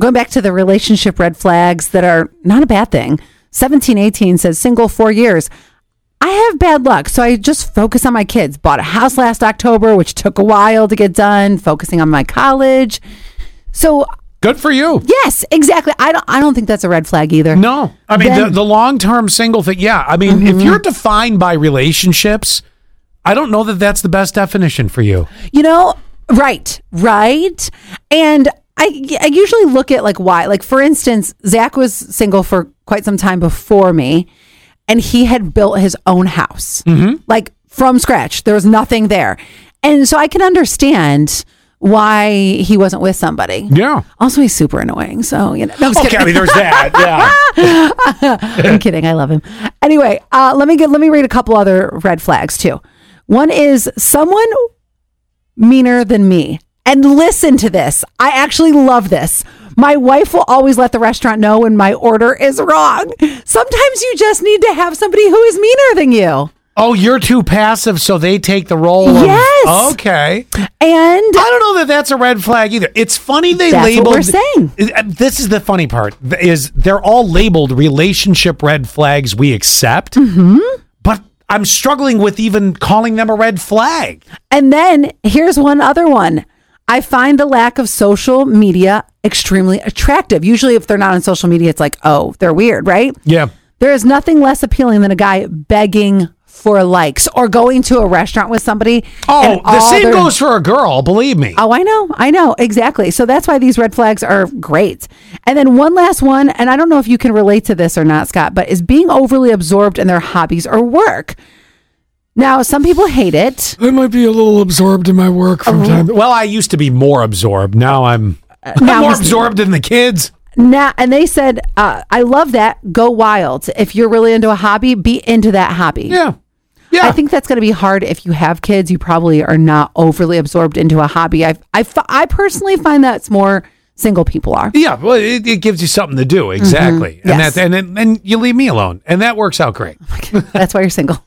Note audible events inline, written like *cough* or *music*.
Going back to the relationship red flags that are not a bad thing. 1718 says single four years. I have bad luck, so I just focus on my kids. Bought a house last October, which took a while to get done, focusing on my college. So, Good for you. yes, exactly. I don't I don't think that's a red flag either. No, I mean the, Then- the long term single thing. Yeah, I mean if you're defined by relationships, I don't know that that's the best definition for you. You know, right, right. And I, I usually look at like why. Like, for instance, Zach was single for quite some time before me, and he had built his own house like from scratch. There was nothing there. And so I can understand why he wasn't with somebody. Yeah. Also, he's super annoying. So, you know, No, I'm just Okay, I kidding. mean there's *laughs* that. Yeah. I'm kidding. I love him. Anyway, uh, let me get let me read a couple other red flags too. One is someone meaner than me. And listen to this. I actually love this. My wife will always let the restaurant know when my order is wrong. Sometimes you just need to have somebody who is meaner than you. Oh, you're too passive, so they take the role. of- Yes. okay. And I don't know that that's a red flag either. It's funny they That's what labeled. we're saying. Uh, This is the funny part th- is they're all labeled relationship red flags we accept, mm-hmm. but I'm struggling with even calling them a red flag. and then here's one other one. I find the lack of social media extremely attractive. Usually if they're not on social media it's like, "Oh, they're weird," right? Yeah. There is nothing less appealing than a guy begging for likes or going to a restaurant with somebody. Oh, and the all same their- goes for a girl. Believe me. Oh, I know. I know. Exactly. So that's why these red flags are great. And then one last one, and I don't know if you can relate to this or not, Scott, but is being overly absorbed in their hobbies or work. Now, some people hate it. I might be a little absorbed in my work from Oh. time. Well, I used to be more absorbed. Now I'm, I'm Uh, now more he's- absorbed in the kids. Now, and they said, uh, I love that. Go wild. If you're really into a hobby, be into that hobby. Yeah. Yeah. I think that's going to be hard if you have kids. You probably are not overly absorbed into a hobby. I, I, f- I personally find that's more single people *laughs* are. yeah. Well, it, it gives you something to do. Exactly. And Mm-hmm. Yes. that, and then and you leave me alone. And that works out great. That's why you're single.